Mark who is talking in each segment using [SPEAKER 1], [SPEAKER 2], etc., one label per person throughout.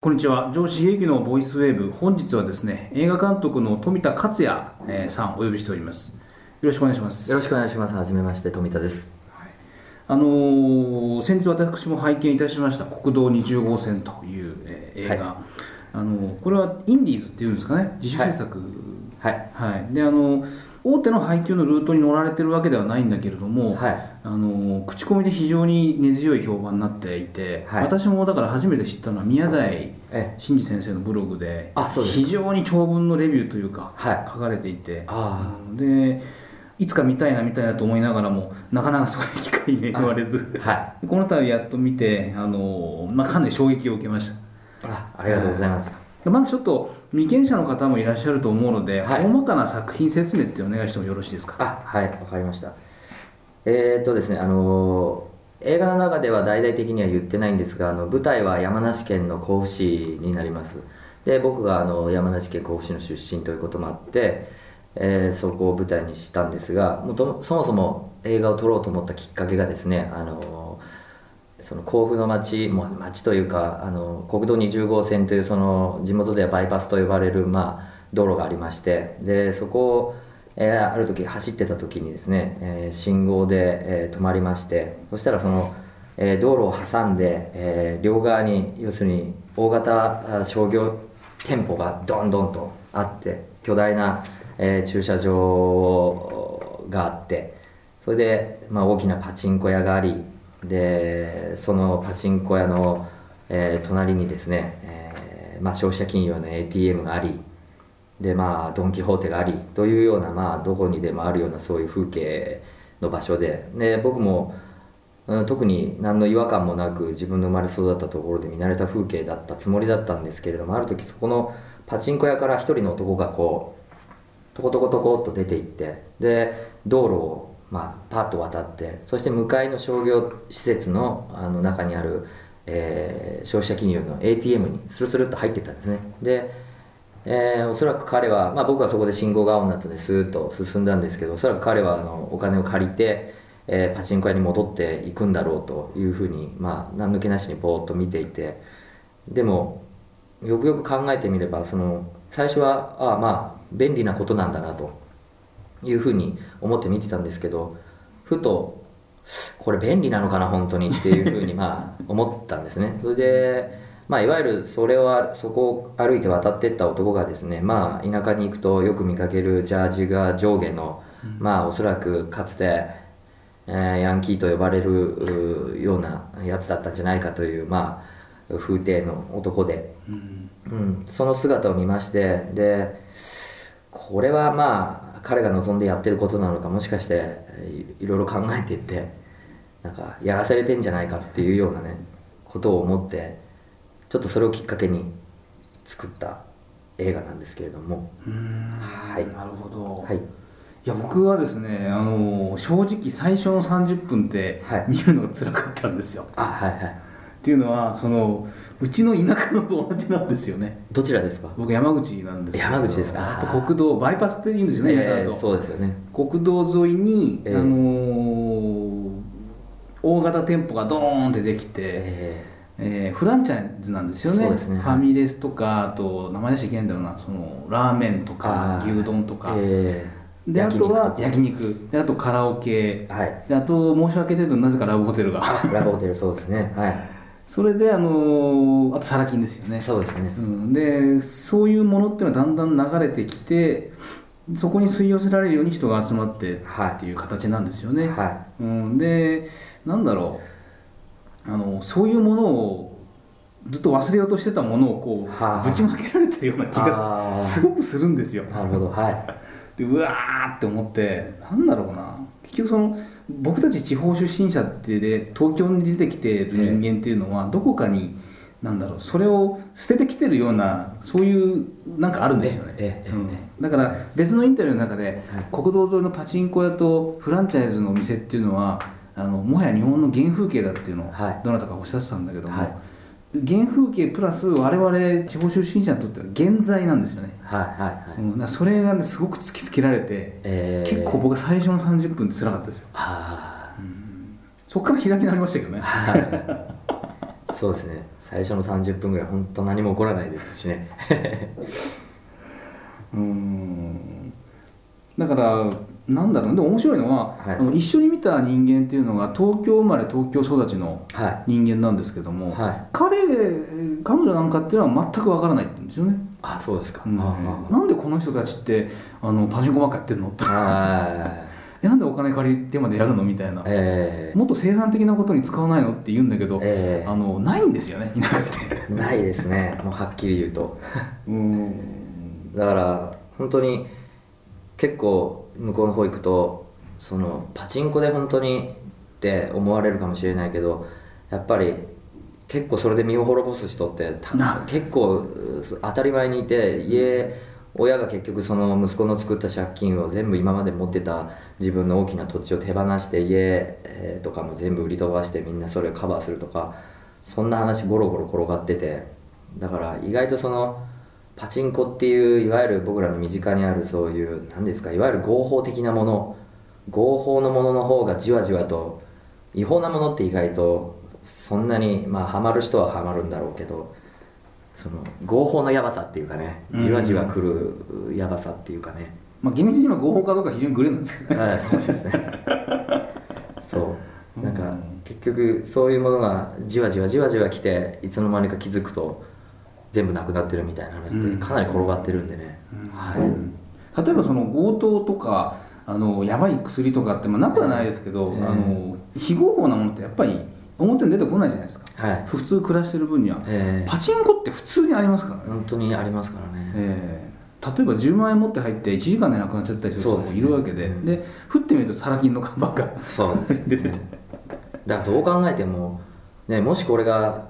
[SPEAKER 1] こんにちは上司平気のボイスウェーブ本日はですね映画監督の富田克也えーさんをお呼びしておりますよろしくお願いします
[SPEAKER 2] よろしくお願いします。はじめまして、富田です。
[SPEAKER 1] あのー先日私も拝見いたしました国道20号線という、えー映画、あのーこれはインディーズっていうんですかね自主制作、
[SPEAKER 2] はい。
[SPEAKER 1] はいであの大手の配給のルートに乗られてるわけではないんだけれども、
[SPEAKER 2] はい
[SPEAKER 1] あの口コミで非常に根強い評判になっていて、
[SPEAKER 2] はい
[SPEAKER 1] 私もだから初めて知ったのは宮台
[SPEAKER 2] ええ
[SPEAKER 1] 真司先生のブログで
[SPEAKER 2] あそうです
[SPEAKER 1] 非常に長文のレビューというか、
[SPEAKER 2] はい
[SPEAKER 1] 書かれていて
[SPEAKER 2] あ
[SPEAKER 1] うんでいつか見たいな見たいなと思いながらもなかなかそういう機会に恵まれず
[SPEAKER 2] は
[SPEAKER 1] この度やっと見てあの、まあ、かなり衝撃を受けました。
[SPEAKER 2] あ、ありがとうございます。
[SPEAKER 1] でまずちょっと未経験者の方もいらっしゃると思うので、
[SPEAKER 2] はい
[SPEAKER 1] 大まかな作品説明ってお願いしてもよろしいですか。
[SPEAKER 2] あ、はい、わかりました。えーっとですね、あのー映画の中では大々的には言ってないんですが、あの舞台は山梨県の甲府市になります。で、僕があの山梨県甲府市の出身ということもあって、えーそこを舞台にしたんですが、もうとそもそも映画を撮ろうと思ったきっかけがですね、あのーその甲府の町もう町というかあの国道20号線というその地元ではバイパスと呼ばれる、まあ、道路がありましてでそこを、えーある時走ってた時にですね、えー信号で、えー止まりましてそしたらその、えー道路を挟んで、えー両側に要するに大型あ商業店舗がどんどんとあって巨大な、えー駐車場をがあってそれで、まあ、大きなパチンコ屋がありでそのパチンコ屋の、えー隣にですね、えーまあ、消費者金融の ATM がありでまあドン・キホーテがありというような、まあ、どこにでもあるようなそういう風景の場所でで僕も、うん、特に何の違和感もなく自分の生まれ育ったところで見慣れた風景だったつもりだったんですけれどもある時そこのパチンコ屋から一人の男がこうトコトコトコっと出て行ってで道路を、まあ、パッと渡ってそして向かいの商業施設のあの中にある、えー消費者金融の ATM にスルスルっと入ってったんですねで、えーおそらく彼は、まあ、僕はそこで信号が青になったのですーっと進んだんですけどおそらく彼はあのお金を借りて、えーパチンコ屋に戻っていくんだろうというふうに、まあ、何の気なしにぼーっと見ていてでもよくよく考えてみればその最初はああまあ便利なことなんだなというふうに思って見てたんですけどふとこれ便利なのかな本当にっていうふうに まあ思ったんですねそれで、まあ、いわゆるそれはそこを歩いて渡ってった男がですねまあ田舎に行くとよく見かけるジャージが上下の、まあおそらくかつてえーヤンキーと呼ばれるうーようなやつだったんじゃないかという、まあ、風体の男で、うん、その姿を見ましてでこれはまあ彼が望んでやってることなのかもしかしてえーいいろいろ考えていってなんかやらされてんじゃないかっていうようなねことを思ってちょっとそれをきっかけに作った映画なんですけれども、
[SPEAKER 1] はいなるほど。
[SPEAKER 2] はい、
[SPEAKER 1] いや僕はですね、あの正直最初の30分って
[SPEAKER 2] はい
[SPEAKER 1] 見るのが辛かったんですよ。
[SPEAKER 2] あはいはい
[SPEAKER 1] っていうのはそのうちの田舎のと同じなんですよね。
[SPEAKER 2] どちらですか
[SPEAKER 1] 僕山口なんですけど
[SPEAKER 2] 山口ですか
[SPEAKER 1] やっぱ国道バイパスって言うんですよね、田舎だ
[SPEAKER 2] え
[SPEAKER 1] と
[SPEAKER 2] ーそうですよね
[SPEAKER 1] 国道沿いに、
[SPEAKER 2] ええ
[SPEAKER 1] あのー大型店舗がドーンってできて。
[SPEAKER 2] えー
[SPEAKER 1] えーフランチャイズなんですよね
[SPEAKER 2] そうですね
[SPEAKER 1] ファミレスとかあと名前出しちゃいけないんだろうなそのラーメンとか
[SPEAKER 2] あー
[SPEAKER 1] 牛丼とか、
[SPEAKER 2] えー
[SPEAKER 1] であ
[SPEAKER 2] 焼
[SPEAKER 1] と
[SPEAKER 2] 肉
[SPEAKER 1] は
[SPEAKER 2] か
[SPEAKER 1] 焼肉であとカラオケ
[SPEAKER 2] はい
[SPEAKER 1] であと申し訳程度になぜかラブホテルが
[SPEAKER 2] ラブホテルそうですねはい
[SPEAKER 1] それであのーあとサラ金です よね
[SPEAKER 2] そうですね
[SPEAKER 1] うん、でそういうものっていうのはだんだん流れてきてそこに吸い寄せられるように人が集まってっ
[SPEAKER 2] はい
[SPEAKER 1] ていう形なんですよね、
[SPEAKER 2] は
[SPEAKER 1] うん、でなんだろうあのそういうものをずっと忘れようとしてたものをこう、
[SPEAKER 2] はあ
[SPEAKER 1] ぶちまけられてるような気
[SPEAKER 2] あ
[SPEAKER 1] が
[SPEAKER 2] あ
[SPEAKER 1] すすごくするんですよ。
[SPEAKER 2] なるほどはい
[SPEAKER 1] でうわーって思ってなんだろうな結局その僕たち地方出身者ってで東京に出てきてる人間っていうのはどこかになんだろうそれを捨ててきてるようなそういうなんかあるんですよね
[SPEAKER 2] え、えええ
[SPEAKER 1] うんだから別のインタビューの中で国道沿いのパチンコ屋とフランチャイズのお店っていうのはあのもはや日本の原風景だっていうのを
[SPEAKER 2] はい
[SPEAKER 1] どなたかおっしゃってたんだけども、
[SPEAKER 2] はい
[SPEAKER 1] 原風景プラス我々地方出身者にとっては現在なんですよね。
[SPEAKER 2] はいはいは
[SPEAKER 1] う
[SPEAKER 2] い、
[SPEAKER 1] ん、だからそれがねすごく突きつけられて、
[SPEAKER 2] えー
[SPEAKER 1] 結構僕は最初の30分辛かったですよ
[SPEAKER 2] は
[SPEAKER 1] そこから開き直りましたけどね
[SPEAKER 2] あはいそうですね最初の30分ぐらい本当何も起こらないですしね
[SPEAKER 1] うーんだからなんだろうでも面白いのは、
[SPEAKER 2] はい
[SPEAKER 1] あの一緒に見た人間っていうのが東京生まれ東京育ちの
[SPEAKER 2] は
[SPEAKER 1] 人間なんですけども、
[SPEAKER 2] いはい
[SPEAKER 1] 彼彼女なんかっていうのは全くわからないって言うんですよね、
[SPEAKER 2] あそうですか、
[SPEAKER 1] うん
[SPEAKER 2] ああ
[SPEAKER 1] なんでこの人たちってあのパチンコばっかやってるのと
[SPEAKER 2] ああ
[SPEAKER 1] えなんでお金借りてまでやるのみたいな
[SPEAKER 2] え
[SPEAKER 1] もっと生産的なことに使わないのって言うんだけど
[SPEAKER 2] ー、、え
[SPEAKER 1] あのないんですよね 田舎って
[SPEAKER 2] ー、ないですねもうはっきり言うと
[SPEAKER 1] うん
[SPEAKER 2] だから本当に結構向こうの方行くとそのパチンコで本当にって思われるかもしれないけどやっぱり結構それで身を滅ぼす人ってた
[SPEAKER 1] な
[SPEAKER 2] 結構う当たり前にいて家親が結局その息子の作った借金を全部今まで持ってた自分の大きな土地を手放して家えーとかも全部売り飛ばしてみんなそれをカバーするとかそんな話ゴロゴロ転がっててだから意外とそのパチンコっていういわゆる僕らの身近にあるそういう何ですかいわゆる合法的なもの合法のものの方がじわじわと違法なものって意外とそんなにまあハマる人はハマるんだろうけどその合法のやばさっていうかね
[SPEAKER 1] うん
[SPEAKER 2] じわじわくるやばさっていうかね、
[SPEAKER 1] まあ厳密に言えば合法かどうか非常にグレーなんですけどね
[SPEAKER 2] はいそうですねそうなん
[SPEAKER 1] う
[SPEAKER 2] か
[SPEAKER 1] ん
[SPEAKER 2] 結局そういうものがじわじわじわじわ来ていつの間にか気づくと全部なくなってるみたいな話
[SPEAKER 1] う
[SPEAKER 2] で
[SPEAKER 1] ん
[SPEAKER 2] かなり転がってるんでね、はい
[SPEAKER 1] 例えばその強盗とかあのやばい薬とかって、まあ、なくはないですけど、
[SPEAKER 2] ええ
[SPEAKER 1] あの非合法なものってやっぱり表に出てこないじゃないですか
[SPEAKER 2] はい
[SPEAKER 1] 普通暮らしてる分には
[SPEAKER 2] えー
[SPEAKER 1] パチンコって普通にありますからね、
[SPEAKER 2] 本当にありますからね、
[SPEAKER 1] ええ例えば10万円持って入って1時間でなくなっちゃったりする人
[SPEAKER 2] そう
[SPEAKER 1] も
[SPEAKER 2] です
[SPEAKER 1] い
[SPEAKER 2] ね
[SPEAKER 1] るわけで,、
[SPEAKER 2] うん
[SPEAKER 1] で振ってみるとサラ金の看板が
[SPEAKER 2] そうですね
[SPEAKER 1] 出てて
[SPEAKER 2] だからどう考えても、ね、もしこれが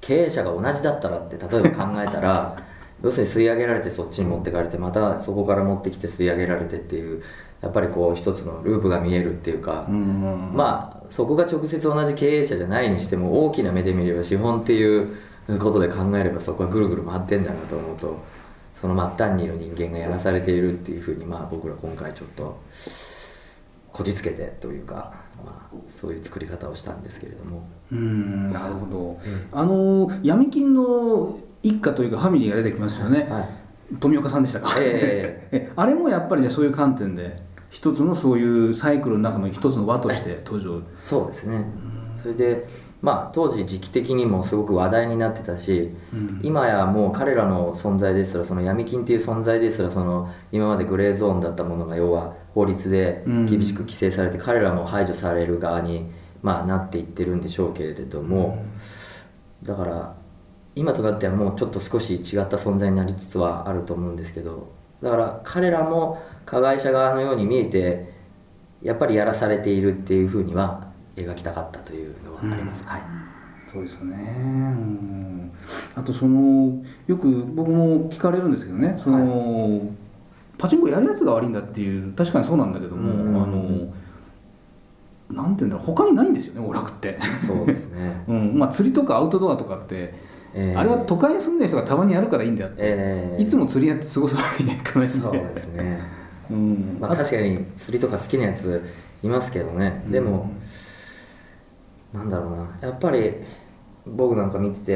[SPEAKER 2] 経営者が同じだったらって例えば考えたら要するに吸い上げられてそっちに持ってかれてまたそこから持ってきて吸い上げられてっていうやっぱりこう一つのループが見えるっていうか
[SPEAKER 1] う、ん
[SPEAKER 2] まあそこが直接同じ経営者じゃないにしても大きな目で見れば資本っていうことで考えればそこはぐるぐる回ってんだなと思うとその末端にいる人間がやらされているっていうふうにまあ僕ら今回ちょっとこじつけてというか、まあ、そういう作り方をしたんですけれども
[SPEAKER 1] うんなるほど、あの闇金の一家というかファミリーが出てきますよね、
[SPEAKER 2] はい
[SPEAKER 1] 富岡さんでしたか、
[SPEAKER 2] え
[SPEAKER 1] え あれもやっぱりじゃあそういう観点で一つのそういうサイクルの中の一つの輪として登場
[SPEAKER 2] そうですねそれでまあ当時時期的にもすごく話題になってたし
[SPEAKER 1] うん
[SPEAKER 2] 今やもう彼らの存在ですらその闇金っていう存在ですらその今までグレーゾーンだったものが要は法律で
[SPEAKER 1] うん
[SPEAKER 2] 厳しく規制されて彼らも排除される側にまあなっていってるんでしょうけれどもだから今となってはもうちょっと少し違った存在になりつつはあると思うんですけどだから彼らも加害者側のように見えてやっぱりやらされているっていうふうには描きたかったというのはあります、はい
[SPEAKER 1] そうですよね、うんあとそのよく僕も聞かれるんですけどねその、パチンコやるやつが悪いんだっていう確かにそうなんだけども、
[SPEAKER 2] うん
[SPEAKER 1] あのなんて言うんだろう他にないんですよね娯楽って、、
[SPEAKER 2] そうですね
[SPEAKER 1] うんまあ、釣りとかアウトドアとかって、
[SPEAKER 2] えー
[SPEAKER 1] あれは都会に住んでる人がたまにやるからいいんであって、
[SPEAKER 2] えー
[SPEAKER 1] いつも釣りやって過ごすわけにはいかないんで
[SPEAKER 2] そうですね、
[SPEAKER 1] うん
[SPEAKER 2] まあ、確かに釣りとか好きなやついますけどねでも、なんだろうなやっぱり僕なんか見てて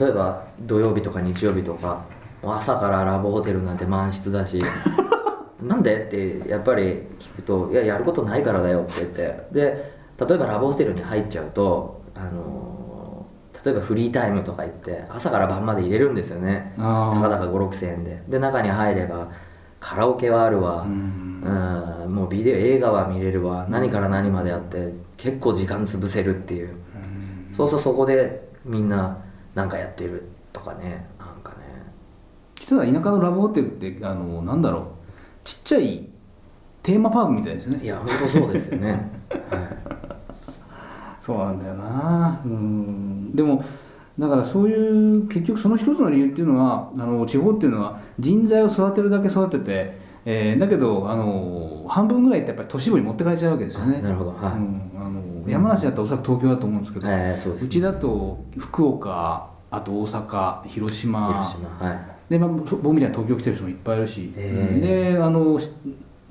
[SPEAKER 2] 例えば土曜日とか日曜日とかもう朝からラブホテルなんて満室だしなんでってやっぱり聞くと「いややることないからだよ」って言ってで例えばラブホテルに入っちゃうとあの例えばフリータイムとか言って朝から晩まで入れるんですよね
[SPEAKER 1] あー
[SPEAKER 2] たかだか5 6千円でで中に入ればカラオケはあるわ、
[SPEAKER 1] うん
[SPEAKER 2] うんもうビデオ映画は見れるわ何から何まであって結構時間潰せるっていう、そうそうそこでみんななんかやってるとかねなんかね
[SPEAKER 1] 実は田舎のラブホテルってあのなんだろうちっちゃいテーマパークみたいですね
[SPEAKER 2] いや本当そうですよね、 は
[SPEAKER 1] そうなんだよなうんでもだからそういう結局その一つの理由っていうのはあの地方っていうのは人材を育てるだけ育てて、えーだけどあの半分ぐらいってやっぱり都市部に持ってかれちゃうわけですよね
[SPEAKER 2] い、なるほどはい、
[SPEAKER 1] うん、あの山梨だったらおそらく東京だと思うんですけど、
[SPEAKER 2] えーそうです
[SPEAKER 1] うちだと福岡あと大阪広島
[SPEAKER 2] 広島はい
[SPEAKER 1] で、まあ、そ僕みたいに東京来てる人もいっぱいいるし、
[SPEAKER 2] え
[SPEAKER 1] であのし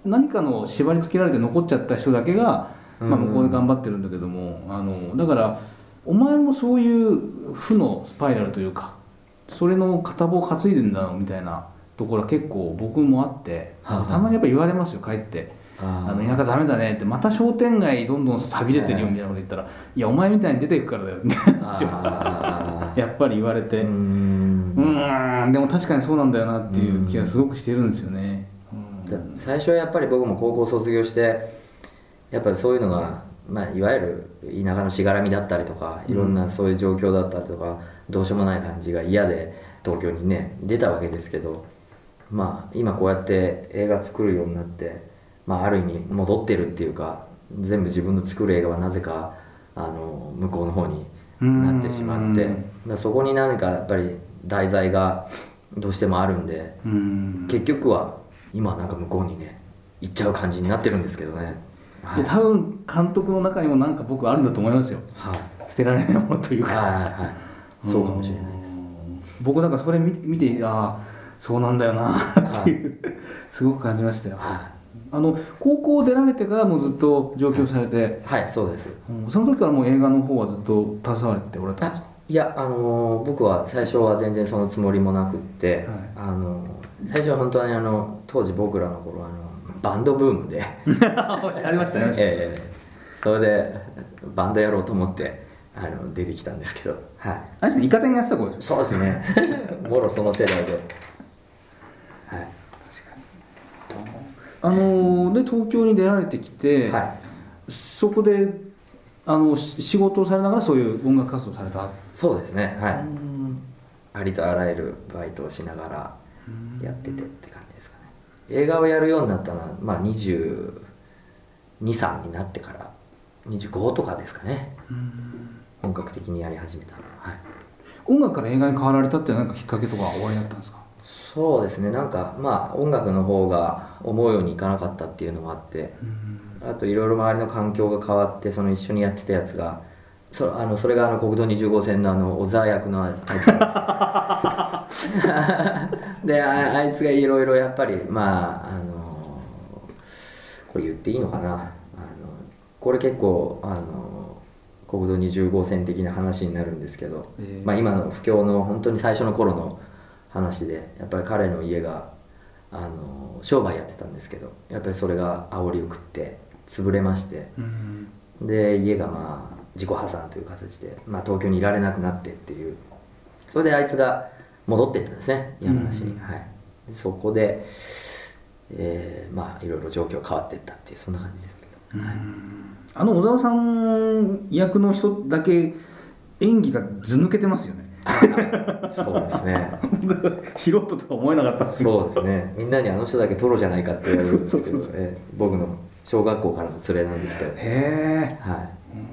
[SPEAKER 1] 何かの縛り付けられて残っちゃった人だけが、まあ、
[SPEAKER 2] うん
[SPEAKER 1] 向こうで頑張ってるんだけども、あのだからお前もそういう負のスパイラルというかそれの片棒担いでんだろうみたいなところは結構僕もあって
[SPEAKER 2] はいはい
[SPEAKER 1] たまにやっぱ言われますよ帰って。
[SPEAKER 2] あ
[SPEAKER 1] あの
[SPEAKER 2] ー
[SPEAKER 1] 田舎ダメだねってまた商店街どんどん寂れてるよみたいなこと言ったら「いやお前みたいに出ていくからだよ」って話を
[SPEAKER 2] あー
[SPEAKER 1] やっぱり言われて
[SPEAKER 2] うー
[SPEAKER 1] うんーんでも確かにそうなんだよなっていう気がすごくしてるんですよね。うん
[SPEAKER 2] だ最初はやっぱり僕も高校卒業してやっぱりそういうのが、まあ、いわゆる田舎のしがらみだったりとかいろんなそういう状況だったりとか、どうしようもない感じが嫌で東京にね出たわけですけどまあ今こうやって映画作るようになって、まあ、ある意味戻ってるっていうか全部自分の作る映画はなぜかあの向こうの方になってしまって
[SPEAKER 1] う
[SPEAKER 2] だ
[SPEAKER 1] ん
[SPEAKER 2] からそこに何かやっぱり題材がどうしてもあるんで。
[SPEAKER 1] うん
[SPEAKER 2] 結局は今なんか向こうにね行っちゃう感じになってるんですけどねはい
[SPEAKER 1] で多分監督の中にもなんか僕あるんだと思いますよ
[SPEAKER 2] はい
[SPEAKER 1] 捨てられないものという
[SPEAKER 2] はい
[SPEAKER 1] か
[SPEAKER 2] はいはいそうかもしれないです
[SPEAKER 1] うん僕だからそれ見て見てああそうなんだよなっていうすごく感じましたよ
[SPEAKER 2] は
[SPEAKER 1] あの高校出られてからもうずっと上京されて、
[SPEAKER 2] い、はい、そうです
[SPEAKER 1] うんその時からもう映画の方はずっと携われておられたんですか
[SPEAKER 2] いやあのー僕は最初は全然そのつもりもなくって、
[SPEAKER 1] い
[SPEAKER 2] あのー最初は本当にあの当時僕らの頃あのバンドブーム で
[SPEAKER 1] ありましたね
[SPEAKER 2] ええそれでバンドやろうと思ってあの出てきたんですけどはい
[SPEAKER 1] あれですねイカ天がやってた子です
[SPEAKER 2] そうですね もろその世代ではい
[SPEAKER 1] あのーで東京に出られてきて、
[SPEAKER 2] はい
[SPEAKER 1] そこであのし仕事をされながらそういう音楽活動をされた、
[SPEAKER 2] そうですねはい、
[SPEAKER 1] うん
[SPEAKER 2] ありとあらゆるバイトをしながらやっててって感じですかね映画をやるようになったのは、まあ、223になってから25とかですかね本格的にやり始めたのは、はい、
[SPEAKER 1] 音楽から映画に変わられたって何かきっかけとかおありだったんですか
[SPEAKER 2] そうですねなんかまあ音楽の方が思うようにいかなかったっていうのもあってあといろいろ周りの環境が変わってその一緒にやってたやつがそあのそれがあの国道20号線のあの小沢役のあいつなんですでああいつがいろいろやっぱりまああのこれ言っていいのかなあのこれ結構あの国道20号線的な話になるんですけど、
[SPEAKER 1] ええ
[SPEAKER 2] まあ、今の不況の本当に最初の頃の話でやっぱり彼の家があの商売やってたんですけどやっぱりそれが煽りを食って潰れまして
[SPEAKER 1] うん
[SPEAKER 2] で家がまあ自己破産という形で、まあ、東京にいられなくなってっていうそれであいつが戻っていったんですね山梨に、
[SPEAKER 1] うん
[SPEAKER 2] はいでそこで、えーまあいろいろ状況変わっていったっていうそんな感じ ですけど、はい
[SPEAKER 1] あの小沢さん役の人だけ演技がず抜けてますよね
[SPEAKER 2] そうですね
[SPEAKER 1] 素人とは思えなかったんですけど
[SPEAKER 2] そうですねみんなにあの人だけプロじゃないかって言われるんですけど
[SPEAKER 1] そうそうそうそ
[SPEAKER 2] えー僕の小学校からの連れなんですけど、
[SPEAKER 1] へえ
[SPEAKER 2] は
[SPEAKER 1] う
[SPEAKER 2] い、
[SPEAKER 1] ん